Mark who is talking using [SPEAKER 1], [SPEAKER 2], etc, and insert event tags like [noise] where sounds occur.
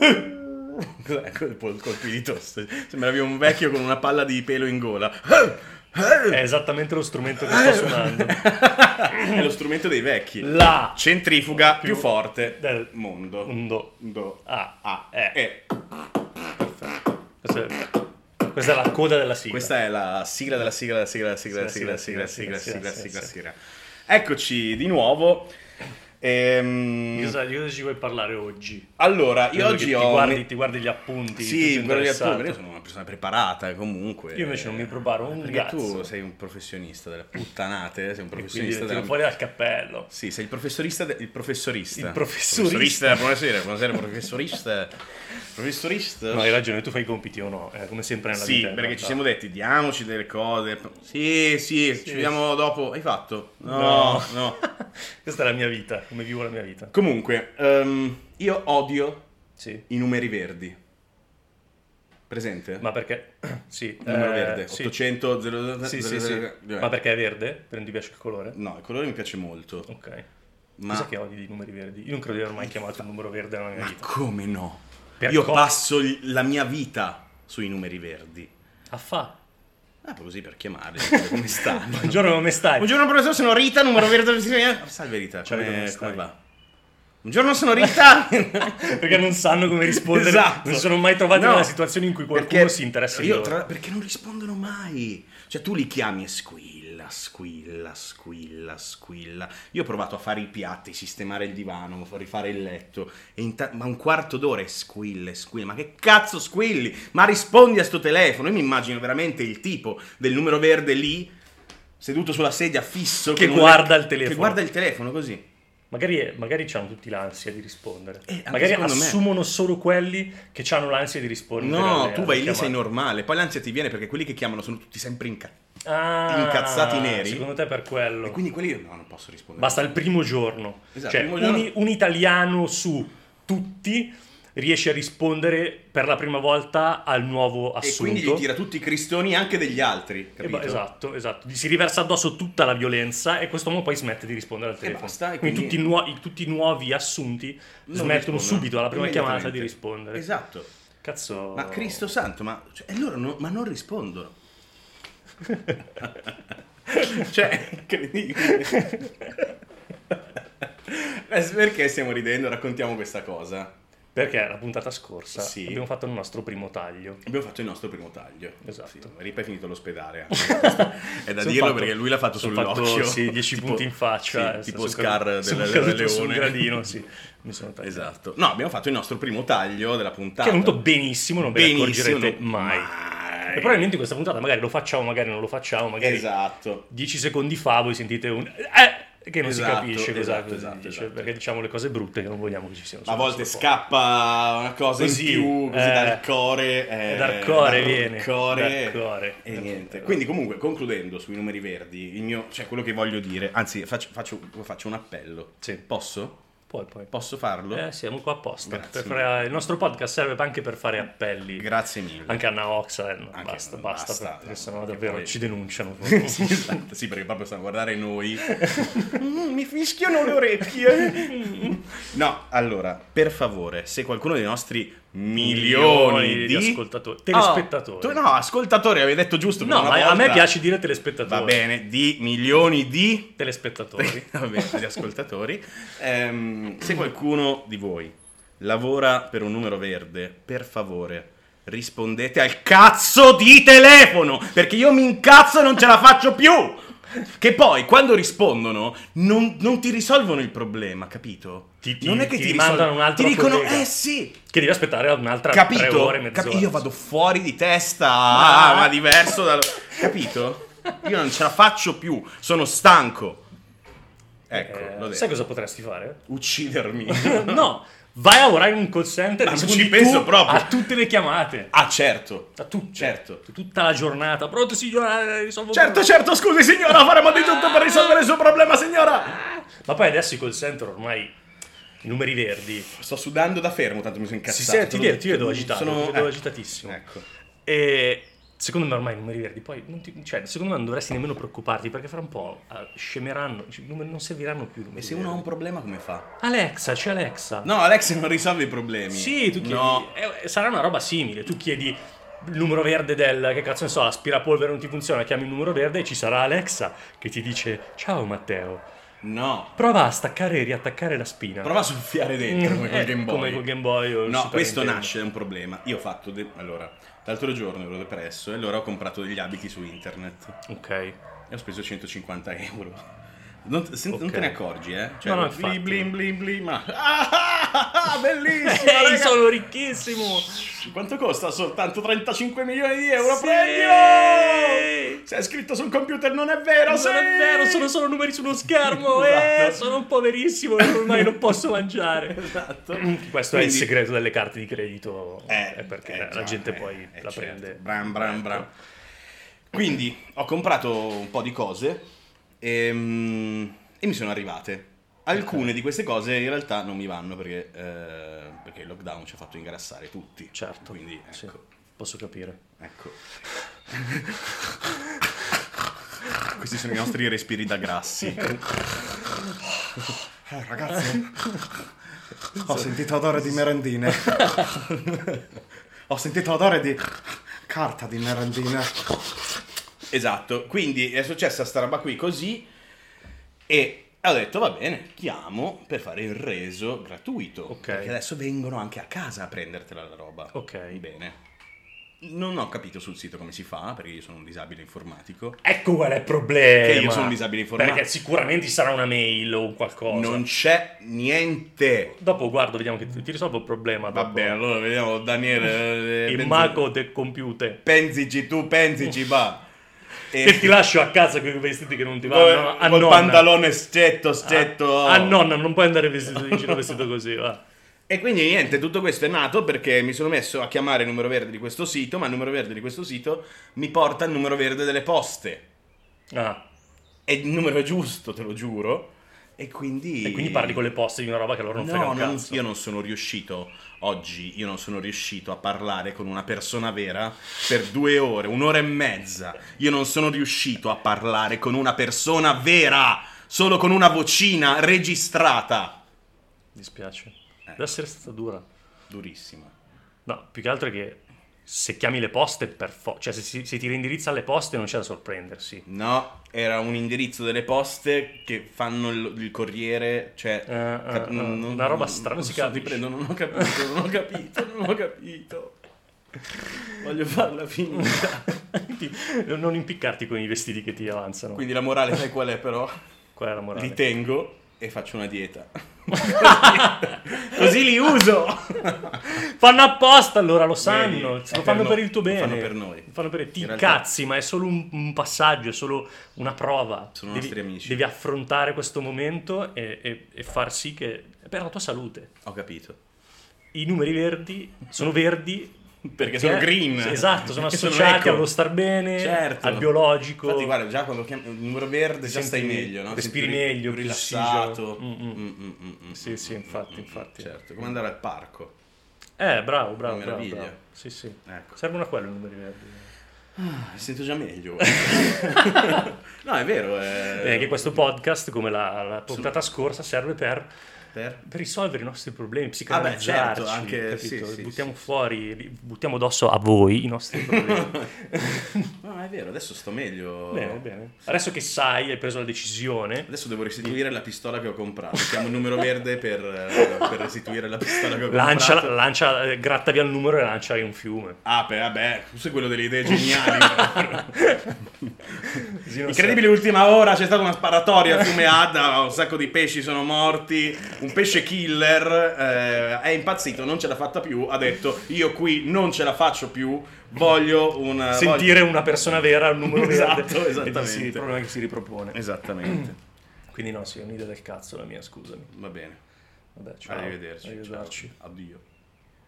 [SPEAKER 1] Cos'è quel po- colpi di tosse? Sembravi un vecchio con una palla di pelo in gola.
[SPEAKER 2] È esattamente lo strumento che sto suonando.
[SPEAKER 1] È lo strumento dei vecchi.
[SPEAKER 2] La
[SPEAKER 1] Centrifuga più, forte
[SPEAKER 2] del
[SPEAKER 1] del mondo.
[SPEAKER 2] Undo.
[SPEAKER 1] Do.
[SPEAKER 2] Ah,
[SPEAKER 1] Ah,
[SPEAKER 2] eh.
[SPEAKER 1] eh.
[SPEAKER 2] Questa è, questa è la coda della sigla.
[SPEAKER 1] Questa è la sigla della sigla della sigla della sigla della sigla della
[SPEAKER 2] sigla,
[SPEAKER 1] sigla sigla sigla
[SPEAKER 2] sigla,
[SPEAKER 1] sigla
[SPEAKER 2] sigla,
[SPEAKER 1] sigla. Eccoci di nuovo.
[SPEAKER 2] Di
[SPEAKER 1] Ehm,
[SPEAKER 2] cosa, di cosa ci vuoi parlare oggi?
[SPEAKER 1] allora, io
[SPEAKER 2] Credo che
[SPEAKER 1] oggi
[SPEAKER 2] ti,
[SPEAKER 1] ho...
[SPEAKER 2] guardi, ti guardi gli appunti. ti
[SPEAKER 1] Sì,
[SPEAKER 2] sei
[SPEAKER 1] quello di
[SPEAKER 2] interessato.
[SPEAKER 1] attori, io sono una persona preparata eh, comunque.
[SPEAKER 2] Io invece non mi preparo un
[SPEAKER 1] Perché
[SPEAKER 2] cazzo.
[SPEAKER 1] tu sei un professionista delle puttanate, sei un
[SPEAKER 2] E Quindi
[SPEAKER 1] professionista
[SPEAKER 2] tiro
[SPEAKER 1] della...
[SPEAKER 2] fuori dal cappello.
[SPEAKER 1] Sì, sei il professorista, de- il professorista.
[SPEAKER 2] Il professorista.
[SPEAKER 1] Professorista, buonasera, buonasera, professorista. Professorista?
[SPEAKER 2] No, hai ragione, tu fai i compiti o no? eh, come sempre nella
[SPEAKER 1] sì,
[SPEAKER 2] vita. in
[SPEAKER 1] perché
[SPEAKER 2] realtà.
[SPEAKER 1] ci siamo detti, diamoci delle cose. Sì, sì,
[SPEAKER 2] Sì.
[SPEAKER 1] ci vediamo dopo. Hai fatto? No, no.
[SPEAKER 2] [laughs] Questa è la mia vita, come vivo la mia vita.
[SPEAKER 1] Comunque, ehm, io odio
[SPEAKER 2] Sì.
[SPEAKER 1] i numeri verdi. Presente?
[SPEAKER 2] Ma perché? [clears throat] Sì.
[SPEAKER 1] Numero
[SPEAKER 2] eh,
[SPEAKER 1] verde,
[SPEAKER 2] sì.
[SPEAKER 1] 800, 00,
[SPEAKER 2] Sì, sì, sì. Ma perché è verde? Perché non ti piace il colore?
[SPEAKER 1] No, il colore mi piace molto.
[SPEAKER 2] Ok.
[SPEAKER 1] Ma,
[SPEAKER 2] Cosa Oh, che odi di numeri verdi? Io non credo di aver mai chiamato un numero verde nella mia
[SPEAKER 1] ma
[SPEAKER 2] vita.
[SPEAKER 1] come no?
[SPEAKER 2] Per
[SPEAKER 1] Io
[SPEAKER 2] cosa?
[SPEAKER 1] passo il- la mia vita sui numeri verdi.
[SPEAKER 2] Ah, fa.
[SPEAKER 1] Ah, proprio così
[SPEAKER 2] [laughs]
[SPEAKER 1] per chiamare, dire come stanno.
[SPEAKER 2] Buongiorno, come stai?
[SPEAKER 1] Buongiorno professore, sono Rita, numero verde. Eh, Salve Rita,
[SPEAKER 2] Ciao, Rita, come
[SPEAKER 1] come,
[SPEAKER 2] stai?
[SPEAKER 1] come va? Buongiorno, sono Rita.
[SPEAKER 2] [laughs] Perché non sanno come rispondere.
[SPEAKER 1] Esatto.
[SPEAKER 2] Non sono mai trovati
[SPEAKER 1] No,
[SPEAKER 2] nella situazione in cui qualcuno
[SPEAKER 1] perché
[SPEAKER 2] si interessa di
[SPEAKER 1] io,
[SPEAKER 2] loro.
[SPEAKER 1] tra- Perché non rispondono mai. Cioè, tu li chiami e squilla, squilla, squilla, squilla. Io ho provato a fare i piatti, sistemare il divano, rifare il letto. e in ta- ma un quarto d'ora e squilla, e squilla. Ma che cazzo squilli? Ma rispondi a sto telefono. Io mi immagino veramente il tipo del numero verde lì, seduto sulla sedia fisso.
[SPEAKER 2] Che
[SPEAKER 1] non è-
[SPEAKER 2] guarda il telefono.
[SPEAKER 1] Che guarda il telefono così.
[SPEAKER 2] Magari, magari hanno tutti l'ansia di rispondere.
[SPEAKER 1] Eh, anche
[SPEAKER 2] magari
[SPEAKER 1] secondo me.
[SPEAKER 2] assumono solo quelli che hanno l'ansia di rispondere.
[SPEAKER 1] No,
[SPEAKER 2] alle-
[SPEAKER 1] tu
[SPEAKER 2] alle
[SPEAKER 1] vai lì,
[SPEAKER 2] chiamate.
[SPEAKER 1] sei normale. Poi l'ansia ti viene perché quelli che chiamano sono tutti sempre incazzati.
[SPEAKER 2] Ah,
[SPEAKER 1] incazzati neri.
[SPEAKER 2] Secondo te per quello.
[SPEAKER 1] E quindi quelli io no, non posso rispondere.
[SPEAKER 2] Basta il primo giorno.
[SPEAKER 1] Esatto,
[SPEAKER 2] cioè,
[SPEAKER 1] il primo giorno.
[SPEAKER 2] Un, un italiano su tutti riesce a rispondere per la prima volta al nuovo
[SPEAKER 1] E
[SPEAKER 2] assunto.
[SPEAKER 1] quindi gli tira tutti i cristoni anche degli altri,
[SPEAKER 2] E
[SPEAKER 1] capito?
[SPEAKER 2] ba- esatto, esatto. Gli Si riversa addosso tutta la violenza e questo uomo poi smette di rispondere al telefono.
[SPEAKER 1] basta, e
[SPEAKER 2] quindi
[SPEAKER 1] quindi-
[SPEAKER 2] tutti, i nuo- i- tutti i nuovi assunti
[SPEAKER 1] Non
[SPEAKER 2] smettono
[SPEAKER 1] rispondono.
[SPEAKER 2] subito alla prima chiamata di
[SPEAKER 1] Immediatamente.
[SPEAKER 2] rispondere.
[SPEAKER 1] Esatto.
[SPEAKER 2] Cazzo.
[SPEAKER 1] Ma Cristo santo, ma, cioè, e loro no- ma non rispondono. cioè, incredibile. Adesso Perché stiamo ridendo? Raccontiamo questa cosa.
[SPEAKER 2] [laughs] Perché la puntata scorsa
[SPEAKER 1] Sì.
[SPEAKER 2] abbiamo fatto il nostro primo taglio.
[SPEAKER 1] Abbiamo fatto il nostro primo taglio.
[SPEAKER 2] Esatto.
[SPEAKER 1] Ripa è finito all'ospedale.
[SPEAKER 2] [laughs]
[SPEAKER 1] anche. È da
[SPEAKER 2] Son
[SPEAKER 1] dirlo
[SPEAKER 2] fatto-
[SPEAKER 1] perché lui l'ha fatto
[SPEAKER 2] son
[SPEAKER 1] sull'occhio.
[SPEAKER 2] fatto,
[SPEAKER 1] [laughs]
[SPEAKER 2] sì, 10
[SPEAKER 1] Tipo-
[SPEAKER 2] punti in faccia.
[SPEAKER 1] sì,
[SPEAKER 2] eh,
[SPEAKER 1] tipo
[SPEAKER 2] sono
[SPEAKER 1] Scar
[SPEAKER 2] caduto-
[SPEAKER 1] del
[SPEAKER 2] sono
[SPEAKER 1] Re
[SPEAKER 2] caduto
[SPEAKER 1] Leone.
[SPEAKER 2] sul [laughs] gradino, sì. Mi sono tagliato.
[SPEAKER 1] Esatto. No, abbiamo fatto il nostro primo taglio della puntata.
[SPEAKER 2] Che è venuto benissimo, non ve ne
[SPEAKER 1] Esatto. Benissimo,
[SPEAKER 2] accorgerete
[SPEAKER 1] no-
[SPEAKER 2] mai. E probabilmente in questa puntata magari lo facciamo, magari non lo facciamo, magari
[SPEAKER 1] Esatto.
[SPEAKER 2] 10 secondi fa voi sentite un... eh, che non si
[SPEAKER 1] Esatto,
[SPEAKER 2] capisce cosa
[SPEAKER 1] esatto,
[SPEAKER 2] cosa
[SPEAKER 1] esatto,
[SPEAKER 2] dice,
[SPEAKER 1] esatto.
[SPEAKER 2] perché diciamo le cose brutte che non vogliamo che ci siano.
[SPEAKER 1] A
[SPEAKER 2] sul
[SPEAKER 1] volte
[SPEAKER 2] nostro
[SPEAKER 1] scappa una cosa
[SPEAKER 2] Così,
[SPEAKER 1] in più, così
[SPEAKER 2] eh,
[SPEAKER 1] dal core. eh,
[SPEAKER 2] dal core
[SPEAKER 1] dal
[SPEAKER 2] viene,
[SPEAKER 1] core,
[SPEAKER 2] dal core.
[SPEAKER 1] E niente. Quindi comunque, concludendo sui numeri verdi, il mio, cioè quello che voglio dire, anzi faccio, faccio- faccio un appello.
[SPEAKER 2] Sì.
[SPEAKER 1] Posso?
[SPEAKER 2] poi, poi.
[SPEAKER 1] Posso farlo?
[SPEAKER 2] Eh, siamo qua apposta.
[SPEAKER 1] Grazie
[SPEAKER 2] per fare- il nostro podcast serve anche per fare appelli.
[SPEAKER 1] Grazie mille.
[SPEAKER 2] Anche a Naoxa, eh, no,
[SPEAKER 1] Anche-
[SPEAKER 2] basta, basta,
[SPEAKER 1] basta,
[SPEAKER 2] perché
[SPEAKER 1] no,
[SPEAKER 2] sennò
[SPEAKER 1] perché
[SPEAKER 2] davvero
[SPEAKER 1] poi-
[SPEAKER 2] ci
[SPEAKER 1] [laughs]
[SPEAKER 2] denunciano.
[SPEAKER 1] sì, esatto, sì, perché proprio stanno a guardare noi. Mm, mi fischiano le orecchie. no, allora, per favore, se qualcuno dei nostri milioni,
[SPEAKER 2] Milioni di ascoltatori- telespettatori.
[SPEAKER 1] telespettatori Oh, no, ascoltatori, avevi detto giusto. per
[SPEAKER 2] no,
[SPEAKER 1] una
[SPEAKER 2] ma a
[SPEAKER 1] volta.
[SPEAKER 2] me piace dire telespettatori.
[SPEAKER 1] Va bene, di milioni di...
[SPEAKER 2] [laughs] Telespettatori.
[SPEAKER 1] va bene, di ascoltatori. Ehm, se qualcuno di voi lavora per un numero verde, per favore... Rispondete al cazzo di telefono! Perché io mi incazzo e non ce la faccio più! Che poi, quando rispondono, non, non ti risolvono il problema, capito?
[SPEAKER 2] Ti- ti-
[SPEAKER 1] non
[SPEAKER 2] ti mandano
[SPEAKER 1] risol-
[SPEAKER 2] un altro
[SPEAKER 1] Ti dicono,
[SPEAKER 2] collega.
[SPEAKER 1] eh sì,
[SPEAKER 2] che devi aspettare un'altra tre
[SPEAKER 1] capito?
[SPEAKER 2] ore, mezz'ora.
[SPEAKER 1] Capi- io vado fuori di testa,
[SPEAKER 2] Ah.
[SPEAKER 1] ah, ma diverso dal... Capito? Io non ce la faccio più, sono stanco. Ecco,
[SPEAKER 2] Eh,
[SPEAKER 1] l'ho detto.
[SPEAKER 2] sai cosa potresti fare?
[SPEAKER 1] Uccidermi. [laughs]
[SPEAKER 2] [laughs] no, vai a lavorare in un call center
[SPEAKER 1] Ma non
[SPEAKER 2] rispondi
[SPEAKER 1] ci penso
[SPEAKER 2] tu
[SPEAKER 1] proprio.
[SPEAKER 2] a tutte le chiamate.
[SPEAKER 1] ah, certo.
[SPEAKER 2] A tutte.
[SPEAKER 1] Certo.
[SPEAKER 2] Tutta la giornata. Pronto signora, eh, risolvo
[SPEAKER 1] Certo, certo, scusi signora, faremo di tutto per risolvere il suo problema, signora.
[SPEAKER 2] Ma poi adesso i call center ormai i numeri verdi.
[SPEAKER 1] Sto sudando da fermo, tanto mi sono incazzato.
[SPEAKER 2] Si sente, ti
[SPEAKER 1] Sono-
[SPEAKER 2] vedo- ti vedo agitato, ti vedo
[SPEAKER 1] eh,
[SPEAKER 2] agitatissimo.
[SPEAKER 1] Ecco.
[SPEAKER 2] E Secondo me ormai i numeri verdi, poi non ti- cioè, secondo me non dovresti nemmeno preoccuparti perché fra un po' eh, scemeranno, cioè, non, non serviranno più i
[SPEAKER 1] E
[SPEAKER 2] numeri
[SPEAKER 1] se uno ha
[SPEAKER 2] verdi.
[SPEAKER 1] un problema come fa?
[SPEAKER 2] Alexa, c'è Alexa.
[SPEAKER 1] No, Alex non risolve i problemi.
[SPEAKER 2] Sì, tu chiedi.
[SPEAKER 1] No.
[SPEAKER 2] eh, sarà una roba simile. Tu chiedi il numero verde del che cazzo ne so, aspirapolvere non ti funziona, chiami il numero verde e ci sarà Alexa che ti dice "Ciao Matteo,
[SPEAKER 1] No.
[SPEAKER 2] prova a staccare e riattaccare la spina".
[SPEAKER 1] Prova a soffiare dentro come col
[SPEAKER 2] [laughs] Eh,
[SPEAKER 1] Game Boy.
[SPEAKER 2] come col Game Boy o il
[SPEAKER 1] No,
[SPEAKER 2] Super
[SPEAKER 1] questo
[SPEAKER 2] Nintendo.
[SPEAKER 1] nasce da un problema. Io ho fatto. de- Allora, l'altro giorno ero depresso e allora ho comprato degli abiti su internet
[SPEAKER 2] Ok.
[SPEAKER 1] e ho speso 150 euro. Non, sen- non
[SPEAKER 2] Ok.
[SPEAKER 1] te ne accorgi, eh? Cioè,
[SPEAKER 2] No, no,
[SPEAKER 1] blim,
[SPEAKER 2] infatti.
[SPEAKER 1] blim blim blim. ma- [laughs] Ah, ah, ah, ah, bellissimo!
[SPEAKER 2] Ehi,
[SPEAKER 1] raga!
[SPEAKER 2] sono ricchissimo.
[SPEAKER 1] Quanto costa? Soltanto 35 milioni di euro.
[SPEAKER 2] Sì!
[SPEAKER 1] Prendilo! Se è scritto sul computer, non è vero,
[SPEAKER 2] Non
[SPEAKER 1] sì!
[SPEAKER 2] è vero, sono solo numeri su uno schermo. Eh,
[SPEAKER 1] Esatto.
[SPEAKER 2] sono un poverissimo e ormai non posso
[SPEAKER 1] [laughs]
[SPEAKER 2] mangiare.
[SPEAKER 1] [laughs] Esatto.
[SPEAKER 2] Questo è il
[SPEAKER 1] Quindi-
[SPEAKER 2] segreto delle carte di credito, è perché
[SPEAKER 1] eh,
[SPEAKER 2] la
[SPEAKER 1] già,
[SPEAKER 2] gente
[SPEAKER 1] eh,
[SPEAKER 2] poi
[SPEAKER 1] eh,
[SPEAKER 2] la
[SPEAKER 1] certo.
[SPEAKER 2] prende.
[SPEAKER 1] Bram, bram, bram.
[SPEAKER 2] Ecco.
[SPEAKER 1] Quindi ho comprato un po' di cose ehm, e, mi sono arrivate. Alcune di queste cose in realtà non mi vanno perché, eh, perché il lockdown ci ha fatto ingrassare tutti.
[SPEAKER 2] Certo,
[SPEAKER 1] Quindi ecco.
[SPEAKER 2] sì, posso capire.
[SPEAKER 3] [laughs]
[SPEAKER 1] ecco. Questi sono i nostri respiri da grassi.
[SPEAKER 3] Eh, ragazzi, ho sentito odore di merendine. ho sentito odore di carta di merendine.
[SPEAKER 1] Esatto, quindi è successa sta roba qui così e ho detto va bene, chiamo per fare il reso gratuito.
[SPEAKER 2] Ok.
[SPEAKER 1] Perché adesso vengono anche a casa a prendertela la roba.
[SPEAKER 2] Ok.
[SPEAKER 1] Bene. Non ho capito sul sito come si fa, perché io sono un disabile informatico.
[SPEAKER 2] Ecco qual è il problema.
[SPEAKER 1] Che io sono un disabile informatico.
[SPEAKER 2] Perché sicuramente ci sarà una mail o un qualcosa.
[SPEAKER 1] Non c'è niente.
[SPEAKER 2] Dopo guardo, vediamo che ti ti risolvo il problema.
[SPEAKER 1] Va
[SPEAKER 2] dopo.
[SPEAKER 1] bene, allora vediamo Daniele. eh,
[SPEAKER 2] Il
[SPEAKER 1] pensi-
[SPEAKER 2] mago del computer.
[SPEAKER 1] Pensici tu, pensici, va. E-
[SPEAKER 2] Che ti lascio a casa con i vestiti che non ti
[SPEAKER 1] Eh. Col,
[SPEAKER 2] vanno. a
[SPEAKER 1] col
[SPEAKER 2] nonna. Ah,
[SPEAKER 1] pantalone stretto, stretto.
[SPEAKER 2] A, a nonna, non puoi andare vestito in giro
[SPEAKER 1] [laughs]
[SPEAKER 2] vestito così, va.
[SPEAKER 1] E quindi niente, tutto questo è nato perché mi sono messo a chiamare il numero verde di questo sito, ma il numero verde di questo sito mi porta il numero verde delle poste.
[SPEAKER 2] Ah,
[SPEAKER 1] È il numero giusto, te lo giuro. E quindi...
[SPEAKER 2] e quindi parli con le poste di una roba che loro non frega
[SPEAKER 1] No,
[SPEAKER 2] un
[SPEAKER 1] non-
[SPEAKER 2] cazzo.
[SPEAKER 1] io non sono riuscito oggi, io non sono riuscito a parlare con una persona vera per due ore, un'ora e mezza. Io non sono riuscito a parlare con una persona vera, solo con una vocina registrata.
[SPEAKER 2] Mi dispiace.
[SPEAKER 1] Eh.
[SPEAKER 2] Deve essere stata dura.
[SPEAKER 1] Durissima.
[SPEAKER 2] No, più che altro è che se chiami le poste, per fo- cioè se, si- se ti rindirizza alle poste non c'è da sorprendersi.
[SPEAKER 1] No, era un indirizzo delle poste che fanno il, il corriere, cioè...
[SPEAKER 2] Eh, eh, eh, una roba strana, non si
[SPEAKER 1] so,
[SPEAKER 2] capisce.
[SPEAKER 1] ti prego, non ho capito, non ho capito, non
[SPEAKER 2] [laughs]
[SPEAKER 1] ho capito. Voglio farla finita.
[SPEAKER 2] Ti- non impiccarti con i vestiti che ti avanzano.
[SPEAKER 1] Quindi la morale sai qual è però?
[SPEAKER 2] Qual è la morale?
[SPEAKER 1] Li tengo e faccio una dieta. Così li [laughs] uso.
[SPEAKER 2] Fanno apposta allora, lo sanno.
[SPEAKER 1] Vedi, è
[SPEAKER 2] lo
[SPEAKER 1] per
[SPEAKER 2] fanno per,
[SPEAKER 1] noi,
[SPEAKER 2] il tuo
[SPEAKER 1] lo
[SPEAKER 2] bene.
[SPEAKER 1] fanno per noi.
[SPEAKER 2] Lo fanno per- Ti
[SPEAKER 1] In realtà-
[SPEAKER 2] incazzi, ma è solo un, un passaggio, è solo una prova.
[SPEAKER 1] Sono
[SPEAKER 2] devi,
[SPEAKER 1] nostri amici.
[SPEAKER 2] Devi affrontare questo momento e, e- e far sì che... Per la tua salute.
[SPEAKER 1] Ho capito.
[SPEAKER 2] I numeri verdi sono verdi.
[SPEAKER 1] [laughs] Perché sono green.
[SPEAKER 2] sì, Esatto, sono
[SPEAKER 1] Perché [laughs] sono
[SPEAKER 2] associati
[SPEAKER 1] eco.
[SPEAKER 2] allo star bene,
[SPEAKER 1] Certo.
[SPEAKER 2] Eh, al biologico.
[SPEAKER 1] Infatti guarda, già quando chiami il numero verde già
[SPEAKER 2] Senti-
[SPEAKER 1] stai meglio, no?
[SPEAKER 2] respiri
[SPEAKER 1] Senti più
[SPEAKER 2] meglio, più
[SPEAKER 1] rilassato.
[SPEAKER 2] sigilo. Mm, mm.
[SPEAKER 1] Mm, mm, mm, mm,
[SPEAKER 2] Sì, sì,
[SPEAKER 1] mm,
[SPEAKER 2] infatti,
[SPEAKER 1] mm,
[SPEAKER 2] infatti.
[SPEAKER 1] Certo, come andare al parco.
[SPEAKER 2] Eh, bravo, bravo,
[SPEAKER 1] Una
[SPEAKER 2] bravo,
[SPEAKER 1] meraviglia.
[SPEAKER 2] bravo. Sì, sì.
[SPEAKER 1] Ecco.
[SPEAKER 2] Servono a quello i numeri verdi.
[SPEAKER 1] Mi sento
[SPEAKER 2] [laughs]
[SPEAKER 1] già meglio. no, è vero, è
[SPEAKER 2] Eh, che questo podcast, come la, la puntata scorsa, serve per,
[SPEAKER 1] Per-
[SPEAKER 2] per risolvere i nostri problemi,
[SPEAKER 1] Ah, beh,
[SPEAKER 2] psicanalizzarci,
[SPEAKER 1] certo, anche-
[SPEAKER 2] capito?
[SPEAKER 1] sì, sì,
[SPEAKER 2] buttiamo
[SPEAKER 1] sì,
[SPEAKER 2] fuori, li- buttiamo addosso a voi i nostri
[SPEAKER 1] [laughs]
[SPEAKER 2] problemi.
[SPEAKER 1] No, è vero, adesso sto meglio.
[SPEAKER 2] bene, bene. Adesso che sai, hai preso la decisione,
[SPEAKER 1] Adesso devo restituire la pistola che ho comprato. Chiamo il numero verde per, eh, per restituire la pistola che ho
[SPEAKER 2] lancia,
[SPEAKER 1] comprato.
[SPEAKER 2] lancia, eh, gratta via il numero e lancia in un
[SPEAKER 1] [laughs]
[SPEAKER 2] fiume.
[SPEAKER 1] Ah, beh, vabbè, tu sei quello delle idee geniali.
[SPEAKER 2] Così non
[SPEAKER 1] Incredibile ultima ora, c'è stata una sparatoria al fiume Adda, un sacco di pesci sono morti, un pesce killer eh, è impazzito, non ce l'ha fatta più, ha detto io qui non ce la faccio più, Ah, voglio una...
[SPEAKER 2] sa- Sentire una persona vera al numero
[SPEAKER 1] [laughs] Esatto,
[SPEAKER 2] verde. E
[SPEAKER 1] esattamente.
[SPEAKER 2] sì, Il problema è che si ripropone.
[SPEAKER 1] voglio-" Esattamente,
[SPEAKER 2] Quindi no, sì, è un'idea del cazzo la mia, scusami.
[SPEAKER 1] va bene,
[SPEAKER 2] Vabbè, ciao.
[SPEAKER 1] arrivederci.
[SPEAKER 2] Arrivederci.
[SPEAKER 1] ciao, Addio.